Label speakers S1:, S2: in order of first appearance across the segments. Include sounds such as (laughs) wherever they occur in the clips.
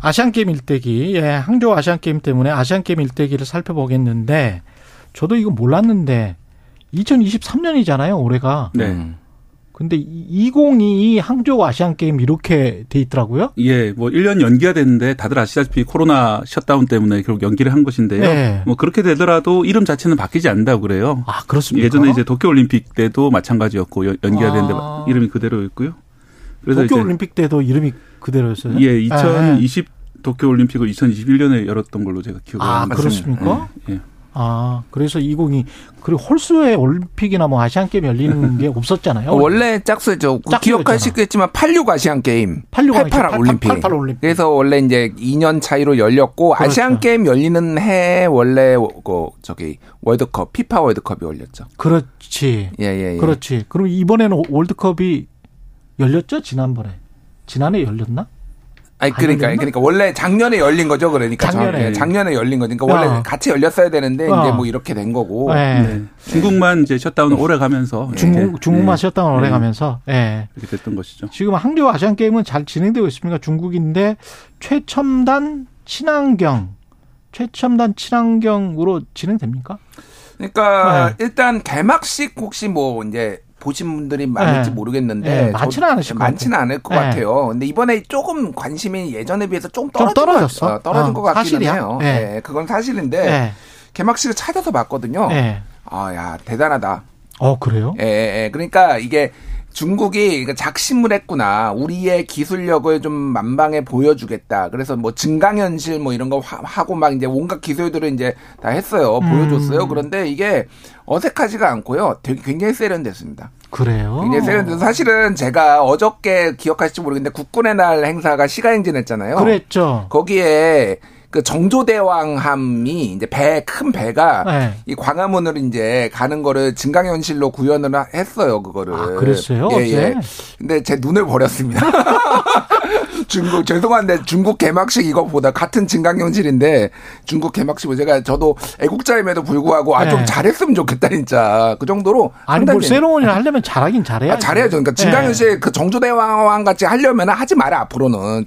S1: 아시안게임 일대기, 예, 항저우 아시안게임 때문에 아시안게임 일대기를 살펴보겠는데, 저도 이거 몰랐는데, 2023년이잖아요, 올해가.
S2: 네.
S1: 근데 2022 항저우 아시안게임 이렇게 돼 있더라고요.
S2: 예, 뭐 1년 연기가 됐는데 다들 아시다시피 코로나 셧다운 때문에 결국 연기를 한 것인데요.
S1: 네.
S2: 뭐 그렇게 되더라도 이름 자체는 바뀌지 않는다고 그래요.
S1: 아, 그렇습니까?
S2: 예전에 이제 도쿄 올림픽 때도 마찬가지였고 연- 연기가
S1: 아.
S2: 됐는데 이름이 그대로였고요. 그래서
S1: 도쿄
S2: 이제
S1: 올림픽 때도 이름이 그대로였어요. 예,
S2: 예,
S1: 예.
S2: 2020 도쿄 올림픽을 2021년에 열었던 걸로 제가 기억을
S1: 아,
S2: 합니다.
S1: 그렇습니까?
S2: 예.
S1: 아, 그래서 2022 그리고 홀수의 올림픽이나 뭐 아시안 게임
S2: (laughs)
S1: 열리는 게 없었잖아요.
S3: 어, 원래 짝수죠.
S1: 짝수였잖아.
S3: 기억하시겠지만 86 아시안 게임,
S1: 86 아시안-
S3: 88 올림픽.
S1: 88 올림픽.
S3: 그래서 원래 이제 2년 차이로 열렸고
S1: 그렇죠.
S3: 아시안 게임 열리는 해 원래 그 저기 월드컵, 피파 월드컵이 열렸죠.
S1: 그렇지.
S3: 예, 예, 예.
S1: 그렇지. 그럼 이번에는 월드컵이 열렸죠? 지난번에. 지난해 열렸나?
S3: 아니 그러니까
S1: 아니었나?
S3: 그러니까 원래 작년에 열린 거죠. 그러니까
S1: 작년에.
S3: 예, 작년에 열린 거니까 원래
S1: 어.
S3: 같이 열렸어야 되는데
S1: 어.
S3: 이제 뭐 이렇게 된 거고.
S1: 예.
S2: 네. 중국만 이제 셧다운 오래 가면서
S1: 중국 중국만 셧다운 오래
S2: 예.
S1: 가면서 예.
S2: 이렇게 됐던 것이죠.
S1: 지금 항저우 아시안 게임은 잘 진행되고 있습니다. 중국인데 최첨단 친환경 최첨단 친환경으로 진행됩니까?
S3: 그러니까
S1: 네.
S3: 일단 개막식 혹시 뭐 이제 보신 분들이 많을지
S1: 네.
S3: 모르겠는데
S1: 네,
S3: 저도
S1: 많지는 않으실 것
S3: 많지는 않을 것
S1: 네.
S3: 같아요. 근데 이번에 조금 관심이 예전에 비해서 좀
S1: 좀
S3: 떨어진
S1: 떨어졌어?
S3: 것, 같- 어, 떨어진
S1: 어,
S3: 것 같기는
S1: 사실이야?
S3: 해요.
S1: 네.
S3: 네, 그건 사실인데
S1: 예.
S3: 개막식을 찾아서 봤거든요.
S1: 예.
S3: 아, 야 대단하다.
S1: 어 그래요?
S3: 예, 예, 예. 그러니까 이게 중국이 그러니까 작심을 했구나. 우리의 기술력을 좀 만방에 보여주겠다. 그래서 뭐 증강현실 뭐 이런 거 화- 하고 막 이제 온갖 기술들을 이제 다 했어요.
S1: 음.
S3: 보여줬어요. 그런데 이게 어색하지가 않고요. 되게 굉장히 세련됐습니다.
S1: 그래요.
S3: 굉장히 세련돼서 사실은 제가 어저께 기억하실지 모르겠는데 국군의 날 행사가 시가행진했잖아요.
S1: 그랬죠.
S3: 거기에 그 정조대왕함이 이제 배 큰 배가
S1: 네.
S3: 이 광화문으로 이제 가는 거를 증강현실로 구현을 하- 했어요 그거를.
S1: 아, 그랬어요?
S3: 예,
S1: 어제?
S3: 예. 근데 제 눈을 버렸습니다. (laughs) 중국 죄송한데 중국 개막식 이거보다 같은 증강현실인데 중국 개막식 제가 저도 애국자임에도 불구하고 아 좀
S1: 네.
S3: 잘했으면 좋겠다 진짜 그 정도로
S1: 아니 뭘
S3: 상당히-
S1: 세로머니를 하려면 잘하긴 예. 잘해야.
S3: 아, 잘해야죠. 그러니까
S1: 네.
S3: 증강현실 그 정조대왕 같이 하려면 하지 마라 앞으로는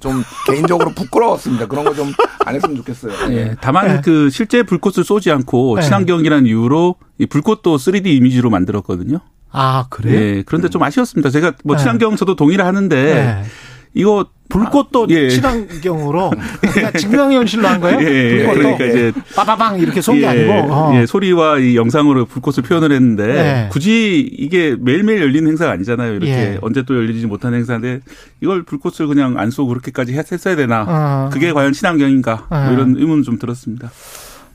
S1: (laughs)
S3: 좀 개인적으로 부끄러웠습니다. 그런 거 좀 안 했으면 좋겠어요.
S2: 예, 다만 그 실제 불꽃을 쏘지 않고
S1: 네.
S2: 친환경이라는 이유로 이 불꽃도 3D 이미지로 만들었거든요.
S1: 아 그래? 요
S2: 예, 그런데 좀 아쉬웠습니다. 제가 뭐
S1: 네.
S2: 친환경 저도 동의를 하는데
S1: 네.
S2: 이거
S1: 불꽃도
S2: 아, 예.
S1: 친환경으로 그냥 증강현실로 한 거예요?
S2: 예, 예,
S1: 불꽃도?
S2: 그러니까 이제
S1: 빠바방 이렇게 쏜 게
S2: 예,
S1: 아니고 어.
S2: 예, 소리와 이 영상으로 불꽃을 표현을 했는데
S1: 네.
S2: 굳이 이게 매일매일 열리는 행사가 아니잖아요. 이렇게
S1: 예.
S2: 언제 또 열리지 못한 행사인데 이걸 불꽃을 그냥 안 쏘고 그렇게까지 했- 했어야 되나?
S1: 어.
S2: 그게 과연 친환경인가? 뭐
S1: 어.
S2: 이런 의문 좀 들었습니다.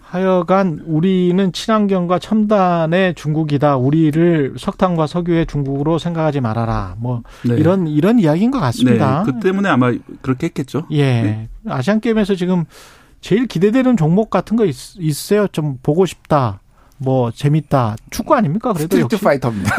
S1: 하여간 우리는 친환경과 첨단의 중국이다. 우리를 석탄과 석유의 중국으로 생각하지 말아라. 뭐
S2: 네.
S1: 이런 이런 이야기인 것 같습니다.
S2: 네, 그 때문에 아마 그렇게 했겠죠.
S1: 예.
S2: 네.
S1: 아시안 게임에서 지금 제일 기대되는 종목 같은 거 있, 으세요좀 보고 싶다. 뭐 재밌다. 축구 아닙니까? 그래도
S3: 스트리트
S1: 역시
S3: 파이터입니다.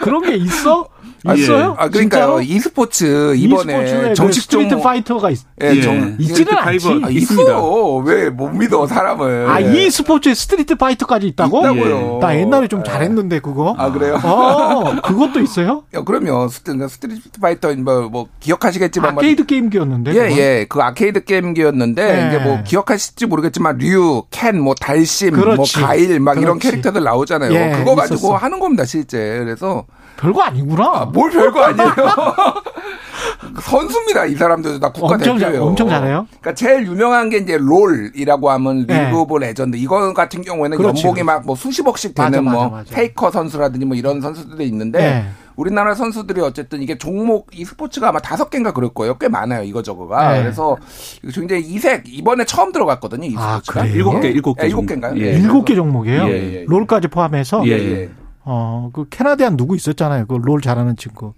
S1: 그런 게 있어?
S2: 아, 예.
S1: 있어요?
S3: (laughs) 아,
S1: 진짜로?
S3: 그러니까요. e스포츠 이번에
S1: e스포츠에
S3: 정식
S1: 그 스트리트
S3: 종목
S1: 파이터가 있,
S3: 예,
S2: 예.
S3: 정-
S1: 있지는
S2: 스트리트 파이버-
S1: 않지.
S3: 아,
S2: 있습니다.
S3: 있어요. 왜 못 믿어 사람을?
S1: 아, 이 스포츠에 스트리트 파이터까지 있다고?
S3: 예. 있다고요.
S1: 나 옛날에 좀
S3: 예.
S1: 잘했는데 그거.
S3: 아 그래요?
S1: 어, 그것도 있어요?
S3: 야, 그럼요. 스트- 스트리트 파이터 뭐, 뭐 기억하시겠지만 뭐
S1: 아케이드 게임기였는데.
S3: 예,
S1: 그건?
S3: 예. 그 아케이드 게임기였는데,
S1: 네.
S3: 이제 뭐 기억하실지 모르겠지만, 류, 켄, 뭐, 달심,
S1: 그렇지.
S3: 뭐, 가일, 막 이런
S1: 그렇지.
S3: 캐릭터들 나오잖아요.
S1: 예,
S3: 그거 가지고
S1: 있었어.
S3: 하는 겁니다, 실제. 그래서,
S1: 별거 아니구나.
S3: 아, 뭘 별거 아니에요. (laughs) 선수입니다, 이 사람들. 다
S1: 엄청 잘-
S3: 국가대표예요.
S1: 엄청 잘해요?
S3: 그러니까 제일 유명한 게 이제 롤이라고 하면 리그
S1: 네.
S3: 오브 레전드. 이거 같은 경우에는
S1: 그렇지, 그렇지.
S3: 연봉이 막 뭐 수십억씩 되는
S1: 맞아, 맞아,
S3: 뭐
S1: 맞아.
S3: 페이커 선수라든지 뭐 이런 선수들이 있는데
S1: 네.
S3: 우리나라 선수들이 어쨌든 이게 종목 이 스포츠가 아마 다섯 개인가 그럴 거예요. 꽤 많아요, 이거 저거가.
S1: 네.
S3: 그래서 이거 굉장히 이색 이번에 처음 들어갔거든요. 이
S1: 아,
S3: 스포츠가.
S1: 그래요?
S2: 일곱 개, 일곱 개 정도.
S3: 예, 일곱 개인가요?
S2: 예.
S1: 일곱 개 종목이에요.
S2: 예, 예, 예.
S1: 롤까지 포함해서
S2: 예.
S1: 어 그 캐나다한 누구 있었잖아요. 그 롤 잘하는 친구.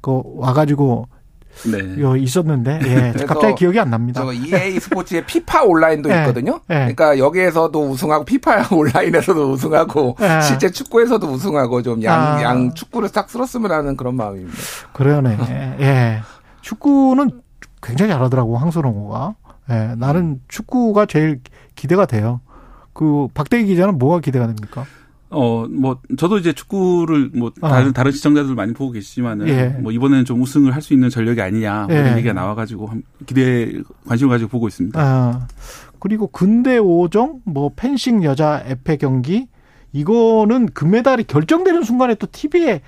S1: 그 와가지고
S2: 네.
S1: 요 있었는데 예,
S3: (laughs) 그래서
S1: 갑자기 기억이 안 납니다.
S3: 저 EA E 스포츠의
S1: (laughs)
S3: 피파 온라인도
S1: 예,
S3: 있거든요.
S1: 예.
S3: 그러니까 여기에서도 우승하고 피파 (laughs) 온라인에서도 우승하고
S1: 예.
S3: 실제 축구에서도 우승하고 좀 양 양
S1: 아.
S3: 축구를 싹 쓸었으면 하는 그런 마음입니다. (laughs)
S1: 그러네. 예. 축구는 굉장히 잘하더라고 황선홍호가. 예,
S3: 음.
S1: 나는 축구가 제일 기대가 돼요. 그 박대기 기자는 뭐가 기대가 됩니까?
S2: 어, 뭐, 저도 이제 축구를 뭐, 다른,
S1: 아.
S2: 다른 시청자들 많이 보고 계시지만은,
S1: 예.
S2: 뭐, 이번에는 좀 우승을 할 수 있는 전력이 아니냐, 뭐 이런
S1: 예.
S2: 얘기가 나와가지고, 한- 기대, 관심을 가지고 보고
S3: 네.
S2: 있습니다.
S1: 아, 그리고 근대 오종, 뭐 펜싱 여자 에페 경기 이거는 금메달이 결정되는 순간에 또 TV에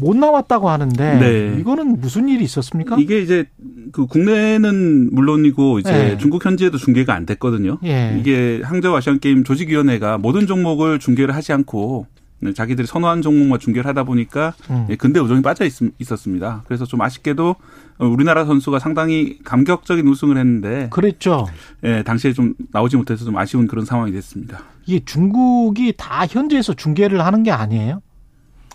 S1: 못 나왔다고 하는데
S2: 네.
S1: 이거는 무슨 일이 있었습니까?
S2: 이게 이제, 그, 국내는 물론이고, 이제
S1: 예.
S2: 중국 현지에도 중계가 안 됐거든요.
S1: 예.
S2: 이게 항저우 아시안게임 조직위원회가 모든 종목을 중계를 하지 않고, 자기들이 선호한 종목만 중계를 하다 보니까
S1: 음.
S2: 예, 근대 우정이 빠져 있, 었습니다 그래서 좀 아쉽게도 어, 우리나라 선수가 상당히 감격적인 우승을 했는데
S1: 그랬죠.
S2: 예, 당시에 좀 나오지 못해서 좀 아쉬운 그런 상황이 됐습니다.
S1: 이게 중국이 다 현지에서 중계를 하는 게 아니에요?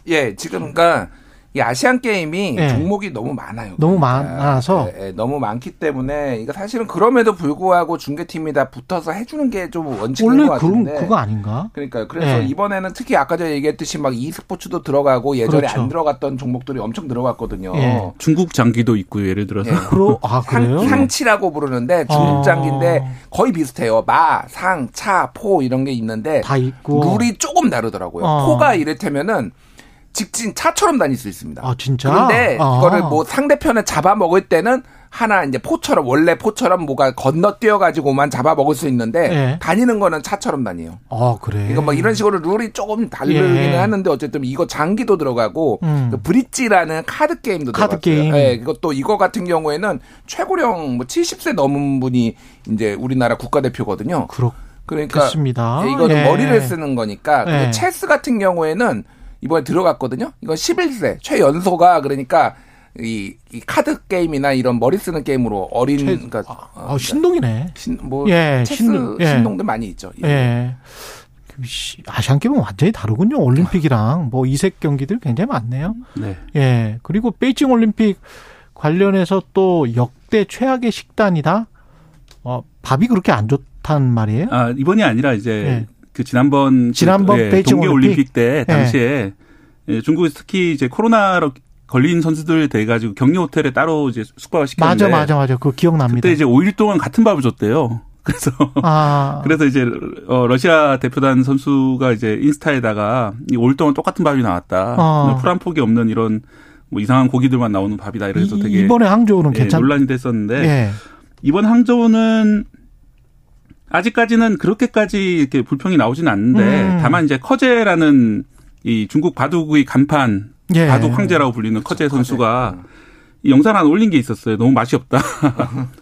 S3: 예, 지금 그러니까 이 아시안 게임이
S1: 예.
S3: 종목이 너무 많아요.
S1: 너무
S3: 그러니까.
S1: 많아서?
S3: 예, 예, 너무 많기 때문에 이거 사실은 그럼에도 불구하고 중계팀이다 붙어서 해주는 게 좀 원칙인
S1: 원래
S3: 것
S1: 그런
S3: 같은데.
S1: 그거 아닌가?
S3: 그러니까요. 그래서
S1: 예.
S3: 이번에는 특히 아까 전에 얘기했듯이 막 e스포츠도 들어가고 예전에
S1: 그렇죠.
S3: 안 들어갔던 종목들이 엄청 들어갔거든요.
S1: 예.
S2: 중국 장기도 있고 예를 들어서
S3: 예.
S1: 그러 아 그래요?
S3: 상, 치라고 부르는데
S1: 아.
S3: 중국 장기인데 거의 비슷해요. 마, 상, 차, 포 이런 게 있는데
S1: 다 있고
S3: 룰이 조금 다르더라고요.
S1: 어.
S3: 포가 이를테면은 직진 차처럼 다닐 수 있습니다.
S1: 아, 진짜?
S3: 그런데
S1: 아.
S3: 그거를 뭐 상대편을 잡아먹을 때는 하나 이제 포처럼 원래 포처럼 뭐가 건너뛰어 가지고만 잡아먹을 수 있는데
S1: 예.
S3: 다니는 거는 차처럼 다니요.
S1: 아 그래.
S3: 그러니까 막 이런 식으로 룰이 조금 다르기는
S1: 예.
S3: 하는데 어쨌든 이거 장기도 들어가고
S1: 음.
S3: 그 브릿지라는 카드 게임도
S1: 카드
S3: 들어갔어요.
S1: 게임.
S3: 예, 그것도 이거 같은 경우에는 최고령 뭐 70세 넘은 분이 이제 우리나라 국가대표거든요. 그러니까
S1: 그렇겠습니다.
S3: 예, 이거는
S1: 예.
S3: 머리를 쓰는 거니까. 근데
S1: 예.
S3: 체스 같은 경우에는 이번에 들어갔거든요. 이건 11세 최연소가 그러니까 이, 이 카드 게임이나 이런 머리 쓰는 게임으로 어린
S1: 최-
S3: 그러니까
S1: 아 신동이네.
S3: 신, 뭐
S1: 예,
S3: 체스
S1: 신동-
S3: 신동,
S1: 예.
S3: 도 많이 있죠. 예.
S1: 예. 그 시- 아시안게임은 완전히 다르군요. 올림픽이랑 뭐 이색 경기들 굉장히 많네요.
S2: (laughs)
S3: 음.
S2: 네.
S1: 예. 그리고 베이징 올림픽 관련해서 또 역대 최악의 식단이다. 어, 밥이 그렇게 안 좋단 말이에요.
S2: 아, 이번이 아니라 이제
S1: 예.
S2: 그 지난번
S1: 지난번
S2: 그, 예,
S1: 베이징
S2: 동계
S1: 올림픽? 네.
S2: 올림픽 때 당시에 예, 중국에서 특히 이제 코로나로 걸린 선수들 돼 가지고 격리 호텔에 따로 이제 숙박을 시켰는데
S1: 맞아, 맞아, 맞아. 그거 기억납니다.
S2: 그때 이제 5일 동안 같은 밥을 줬대요. (laughs) 그래서
S1: 아,
S2: 그래서 이제 어, 러시아 대표단 선수가 이제 인스타에다가 이 5일 동안 똑같은 밥이 나왔다. 그러니까
S1: 어.
S2: 풀 한 폭이 없는 이런 뭐 이상한 고기들만 나오는 밥이다. 이래서
S1: 이-
S2: 되게
S1: 이번에 항저우는
S2: 예,
S1: 괜찮.
S2: 논란이 됐었는데
S1: 예.
S2: 이번 항저우는 아직까지는 그렇게까지 이렇게 불평이 나오진 않는데
S1: 음.
S2: 다만 이제 커제라는 이 중국 바둑의 간판
S1: 예.
S2: 바둑 황제라고 불리는 커제 어. 선수가 이 영상 하나 올린 게 있었어요. 너무 맛이 (laughs) 없다.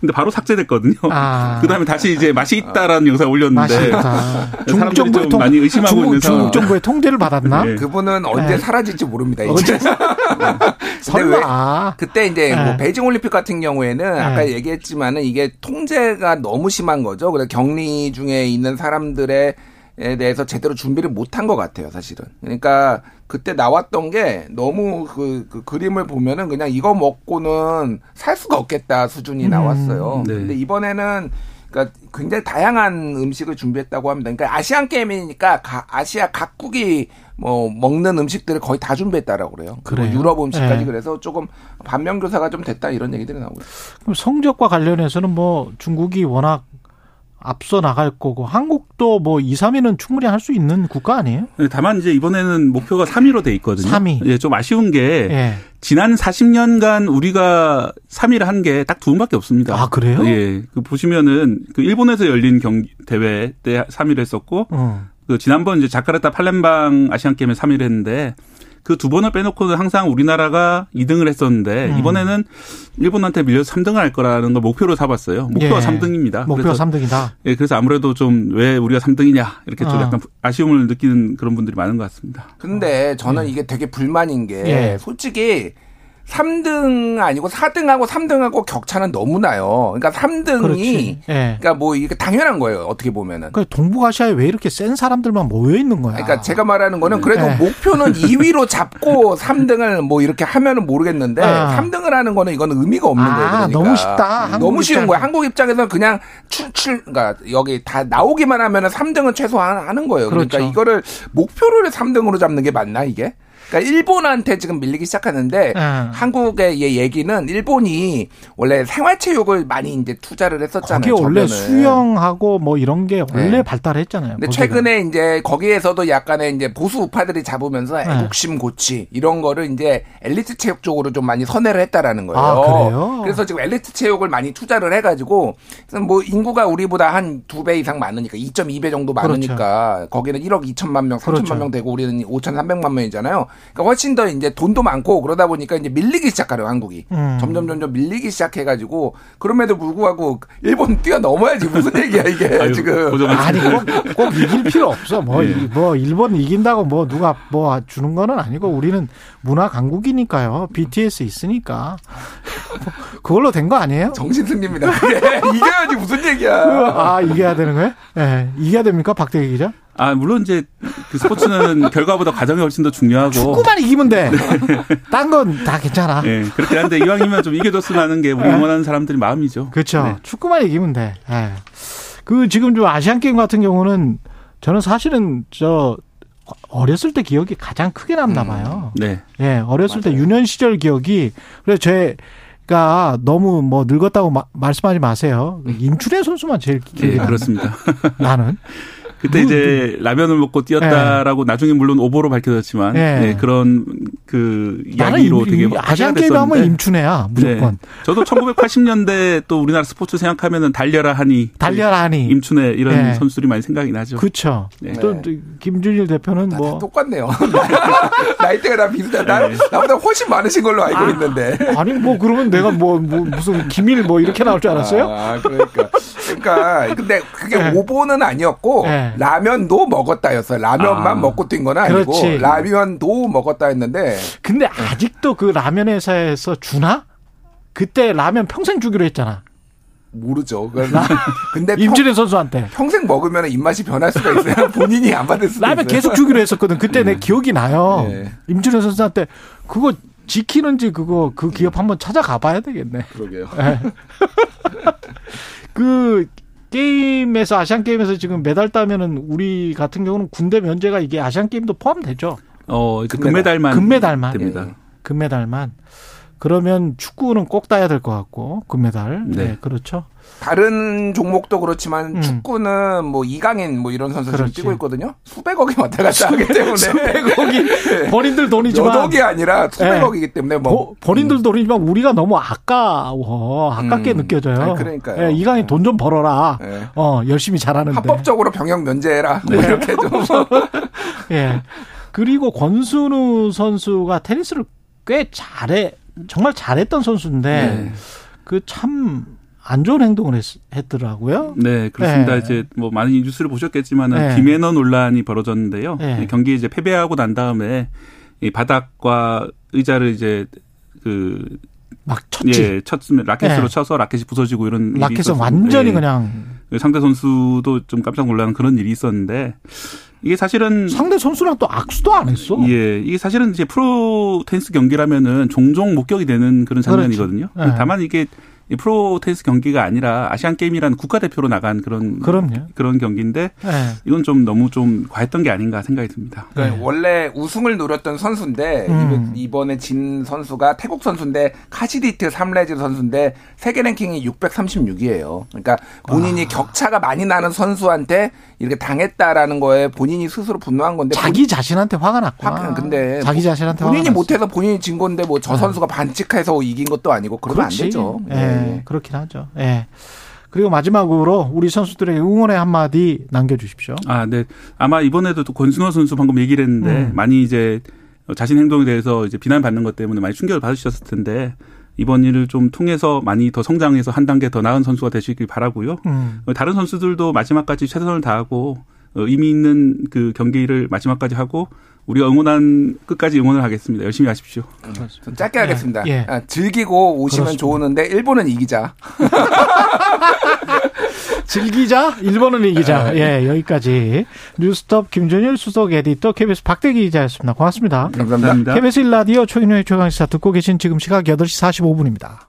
S2: 근데 바로 삭제됐거든요.
S1: 아.
S2: 그다음에 다시 이제 맛이 있다라는 영상 올렸는데
S1: 맛있다. 중국
S2: (laughs) 사람들이
S1: 정부의
S2: 좀
S1: 통,
S2: 많이 의심하고
S1: 중국,
S2: 있는
S1: 중국
S2: 상황.
S1: 정부의 통제를 받았나?
S2: 예.
S3: 그분은 언제 사라질지 모릅니다. 이제.
S1: 언제 설마. 아,
S3: 그때 이제
S1: 네.
S3: 뭐 베이징 올림픽 같은 경우에는 아까
S1: 네.
S3: 얘기했지만은 이게 통제가 너무 심한 거죠. 그래서 격리 중에 있는 사람들의 에 대해서 제대로 준비를 못한 것 같아요, 사실은. 그러니까 그때 나왔던 게 너무 그, 그 그림을 보면은 그냥 이거 먹고는 살 수가 없겠다 수준이
S1: 음.
S3: 나왔어요.
S2: 네.
S3: 근데 이번에는 그러니까 굉장히 다양한 음식을 준비했다고 합니다. 그러니까 아시안 게임이니까 가- 아시아 각국이 뭐 먹는 음식들을 거의 다 준비했다라고 그래요. 그리고
S1: 그래요.
S3: 뭐 유럽 음식까지
S1: 네.
S3: 그래서 조금 반면교사가 좀 됐다 이런 얘기들이 나오고 있어요.
S1: 그럼 성적과 관련해서는 뭐 중국이 워낙 앞서 나갈 거고 한국도 뭐 2, 3위는 충분히 할 수 있는 국가 아니에요?
S2: 네, 다만 이제 이번에는 목표가 3위로 돼 있거든요.
S1: 3위.
S2: 예, 좀 아쉬운 게
S1: 예.
S2: 지난 40년간 우리가 3위를 한 게 딱 두 분밖에 없습니다.
S1: 아, 그래요?
S2: 예. 그 보시면은 그 일본에서 열린 경기 대회 때 3위를 했었고
S1: 응.
S2: 그 지난번 이제 자카르타 팔렘방 아시안 게임에 3위를 했는데 그 두 번을 빼놓고는 항상 우리나라가 2등을 했었는데
S1: 음.
S2: 이번에는 일본한테 밀려서 3등을 할 거라는 걸 목표로 삼았어요. 목표가
S1: 예.
S2: 3등입니다.
S1: 목표
S2: 그래서
S1: 3등이다.
S2: 예, 그래서 아무래도 좀 왜 우리가 3등이냐 이렇게 좀
S1: 아.
S2: 약간 아쉬움을 느끼는 그런 분들이 많은 것 같습니다.
S3: 근데 저는 이게 되게 불만인 게
S1: 어, 네. 예.
S3: 솔직히 3등 아니고 4등하고 3등하고 격차는 너무 나요. 그러니까 3등이
S1: 그렇지. 예.
S3: 그러니까 뭐 이게 당연한 거예요. 어떻게 보면은.
S1: 그 동북아시아에 왜 이렇게 센 사람들만 모여 있는 거야?
S3: 그러니까 제가 말하는 거는 그래도
S1: 아. 네. (laughs)
S3: 목표는 2위로 잡고 3등을 뭐 이렇게 하면은 모르겠는데
S1: 아.
S3: 3등을 하는 거는 이건 의미가 없는
S1: 아,
S3: 거예요. 그러니까.
S1: 너무 쉽다.
S3: 음,
S1: 한국
S3: 너무 쉬운
S1: 입장에서.
S3: 거야. 한국 입장에서는 그냥 출출 그러니까 여기 다 나오기만 하면은 3등은 최소한 하는 거예요. 그러니까
S1: 그렇죠.
S3: 이거를 목표를 3등으로 잡는 게 맞나 이게? 그러니까 일본한테 지금 밀리기 시작하는데
S1: 음.
S3: 한국의 이 얘기는 일본이 원래 생활체육을 많이 이제 투자를 했었잖아요.
S1: 거기 원래
S3: 저변에.
S1: 수영하고 뭐 이런 게 원래
S3: 네.
S1: 발달했잖아요.
S3: 근데
S1: 거기가.
S3: 최근에 이제 거기에서도 약간의 이제 보수 우파들이
S1: 네.
S3: 잡으면서 애국심 고치 이런 거를 이제 엘리트 체육 쪽으로 좀 많이 선회를 했다라는 거예요.
S1: 아, 그래요?
S3: 서 지금 엘리트 체육을 많이 투자를 해가지고 그래서 뭐 인구가 우리보다 한 두 배 이상 많으니까 2.2배 정도 많으니까 거기는 1억 2천만 명, 3천만
S1: 그렇죠.
S3: 명 되고 우리는 5,300만 명이잖아요. 그러니까 훨씬 더 이제 돈도 많고 그러다 보니까 이제 밀리기 시작하려 한국이
S1: 음.
S3: 점점 점점 밀리기 시작해가지고 그럼에도 불구하고 일본 뛰어넘어야지 무슨 얘기야 이게
S2: 아유,
S3: 예, 지금.
S2: 고정한
S1: 아니
S3: (laughs)
S1: 꼭, 꼭 이길 필요 없어. 뭐 뭐
S3: 예.
S1: 일본 이긴다고 뭐 누가 뭐 주는 거는 아니고 우리는 문화 강국이니까요. BTS 있으니까 (laughs) 그걸로 된 거 아니에요?
S3: 정신승리입니다. 그게. (laughs) 이겨야지 무슨 얘기야.
S1: 아 이겨야 되는 거예요? 예, 이겨야 됩니까, 박대기 기자?
S2: 아, 물론 이제 그 스포츠는 (laughs) 결과보다 과정이 훨씬 더 중요하고.
S1: 축구만 이기면 돼. 어. 네. (laughs) 딴 건 다 괜찮아.
S2: 예, 그렇긴 한데 이왕이면 좀 이겨줬으면 하는
S1: 네.
S2: 게 우리 응원하는 사람들이 마음이죠.
S1: 그렇죠.
S2: 네.
S1: 축구만 이기면 돼. 예. 그 지금 좀 아시안 게임 같은 경우는 저는 사실은 저 어렸을 때 기억이 가장 크게 남나 봐요.
S2: 네.
S1: 예, 어렸을 때
S3: 맞아요.
S1: 유년 시절 기억이 그래서 제가 너무 뭐 늙었다고 마- 말씀하지 마세요.
S2: 음.
S1: 임출의 선수만 제일
S2: 예,
S1: 기억이 나.
S2: 그렇습니다. (laughs)
S1: 나는.
S2: 그때 이제 라면을 먹고 뛰었다라고
S1: 네.
S2: 나중에 물론 오보로 밝혀졌지만
S1: 예.
S2: 예, 그런 그
S1: 나는
S2: 이야기로
S1: 임-
S2: 되게
S1: 이 아시안 게임 하면 임춘애야 무조건.
S2: 네. 저도 1980년대 또 우리나라 스포츠 생각하면은 달려라 하니
S1: 달려라니.
S2: 임춘애 이런
S1: 네.
S2: 선수들이 많이 생각이 나죠.
S1: 그쵸.
S2: 네.
S1: 또 김준일 대표는
S3: 다
S1: 뭐
S3: 똑같네요. (laughs) 나이대가 다 비슷해. 나, 나보다 훨씬 많으신 걸로 알고 있는데.
S1: 네. 아니 뭐 그러면 내가 뭐, 뭐 무슨 기밀 뭐 이렇게 나올 줄 알았어요?
S3: 아, 그러니까. 그러니까. 근데 그게
S1: 네.
S3: 오보는 아니었고,
S1: 네.
S3: 라면도 먹었다였어요. 라면만
S2: 아.
S3: 먹고 뛴 건 아니고,
S1: 그렇지.
S3: 라면도 먹었다 했는데,
S1: 근데
S2: 네.
S1: 아직도 그 라면 회사에서 주나? 그때 라면 평생 주기로 했잖아.
S3: 모르죠. 그건- 근데 네, 평,
S1: 임준혜 선수한테.
S3: 평생 먹으면 입맛이 변할 수가 있어요. (laughs) 본인이 안 받을 수도
S1: 라면
S3: 있어요.
S1: 계속 주기로 했었거든. 그때 내 기억이 나요.
S3: 네.
S1: 임준혜 선수한테 그거 지키는지 그거 그
S2: 네.
S1: 기업 한번 찾아가 봐야 되겠네.
S3: 그러게요.
S1: 그 게임에서 아시안 게임에서 지금 메달 따면은 우리 같은 경우는 군대 면제가 이게 아시안 게임도 포함되죠.
S2: 어, 이제
S3: 금메달.
S2: 금메달만
S1: 금메달만. 예,
S2: 됩니다.
S1: 금메달만. 그러면 축구는 꼭 따야 될 것 같고 금메달. 네,
S2: 네.
S1: 그렇죠.
S3: 다른 종목도 그렇지만
S1: 음.
S3: 축구는 뭐 이강인 뭐 이런 선수 지금
S1: 그렇지.
S3: 뛰고 있거든요. 수백억이 왔다 갔다 하기 때문에 (laughs) 수백억이
S1: (laughs) 본인들 돈이지만 예.
S3: 여덕이 아니라 수백억이기 때문에 뭐
S1: 보- 본인들 돈이지만 우리가 너무 아까워 아깝게
S3: 음.
S1: 느껴져요.
S3: 아니, 그러니까요.
S1: 예, 이강인 돈 좀 벌어라.
S3: 예.
S1: 어 열심히 잘하는데. 네.
S3: 합법적으로 병역 면제해라 뭐 이렇게 좀 (laughs)
S1: 예. 그리고 권순우 선수가 테니스를 꽤 잘해 정말 잘했던
S3: 예.
S1: 선수인데 그 참 안 좋은 행동을 했, 더라고요
S2: 네, 그렇습니다.
S1: 네.
S2: 이제 뭐 많은 이 뉴스를 보셨겠지만은
S1: 네.
S2: 김해너 논란이 벌어졌는데요.
S1: 네.
S2: 이 경기 이제 패배하고 난 다음에 이 바닥과 의자를 이제 그
S1: 막 쳤지.
S2: 예, 쳤으면 라켓으로
S1: 네.
S2: 쳐서 라켓이 부서지고 이런 일이
S1: 라켓은
S2: 있었습니다.
S1: 완전히
S2: 예.
S1: 그냥
S2: 상대 선수도 좀 깜짝 놀라는 그런 일이 있었는데 이게 사실은
S1: 상대 선수랑 또 악수도 안 했어.
S2: 예, 이게 사실은 이제 프로 테니스 경기라면은 종종 목격이 되는 그런 장면이거든요.
S1: 그렇죠. 네.
S2: 다만 이게 이 프로 테니스 경기가 아니라 아시안 게임이라는 국가대표로 나간 그런
S1: 그럼요.
S2: 그런 경기인데
S1: 예.
S2: 이건 좀 너무 좀 과했던 게 아닌가 생각이 듭니다.
S3: 그러니까 원래 우승을 노렸던 선수인데
S1: 음.
S3: 이번- 이번에 진 선수가 태국 선수인데 카시디트 삼레즈 선수인데 세계 랭킹이 636이에요. 그러니까 본인이
S1: 아.
S3: 격차가 많이 나는 선수한테 이렇게 당했다라는 거에 본인이 스스로 분노한 건데
S1: 자기 자신한테 화가 났구나.
S3: 본- 근데
S1: 자기
S3: 본-
S1: 자신한테 화가
S3: 본인이
S1: 났어.
S3: 못해서 본인이 진 건데 뭐
S1: 네.
S3: 저 선수가 반칙해서 이긴 것도 아니고 그러면 안 되죠.
S1: 예,
S3: 네.
S1: 그렇긴 하죠. 예. 그리고 마지막으로 우리 선수들에게 응원의 한마디 남겨주십시오.
S2: 아, 네. 아마 이번에도 또 권순호 선수 방금 얘기를 했는데 많이 이제 자신 행동에 대해서 이제 비난받는 것 때문에 많이 충격을 받으셨을 텐데 이번 일을 좀 통해서 많이 더 성장해서 한 단계 더 나은 선수가 되시길 바라고요.
S1: 음.
S2: 다른 선수들도 마지막까지 최선을 다하고 어, 의미 있는 그 경기를 마지막까지 하고 우리가 응원한 끝까지 응원을 하겠습니다. 열심히 하십시오.
S3: 좀 짧게 하겠습니다.
S1: 예.
S3: 아, 즐기고 오시면
S1: 그렇습니다.
S3: 좋으는데 일본은 이기자.
S1: 즐기자, 일본은 이기자. 예, 여기까지. 뉴스톱 김준일 수석 에디터 KBS 박대기 기자였습니다. 고맙습니다.
S3: 감사합니다.
S2: 감사합니다.
S1: KBS 1라디오 최인호의 최강시사 듣고 계신 지금 시각 8시 45분입니다.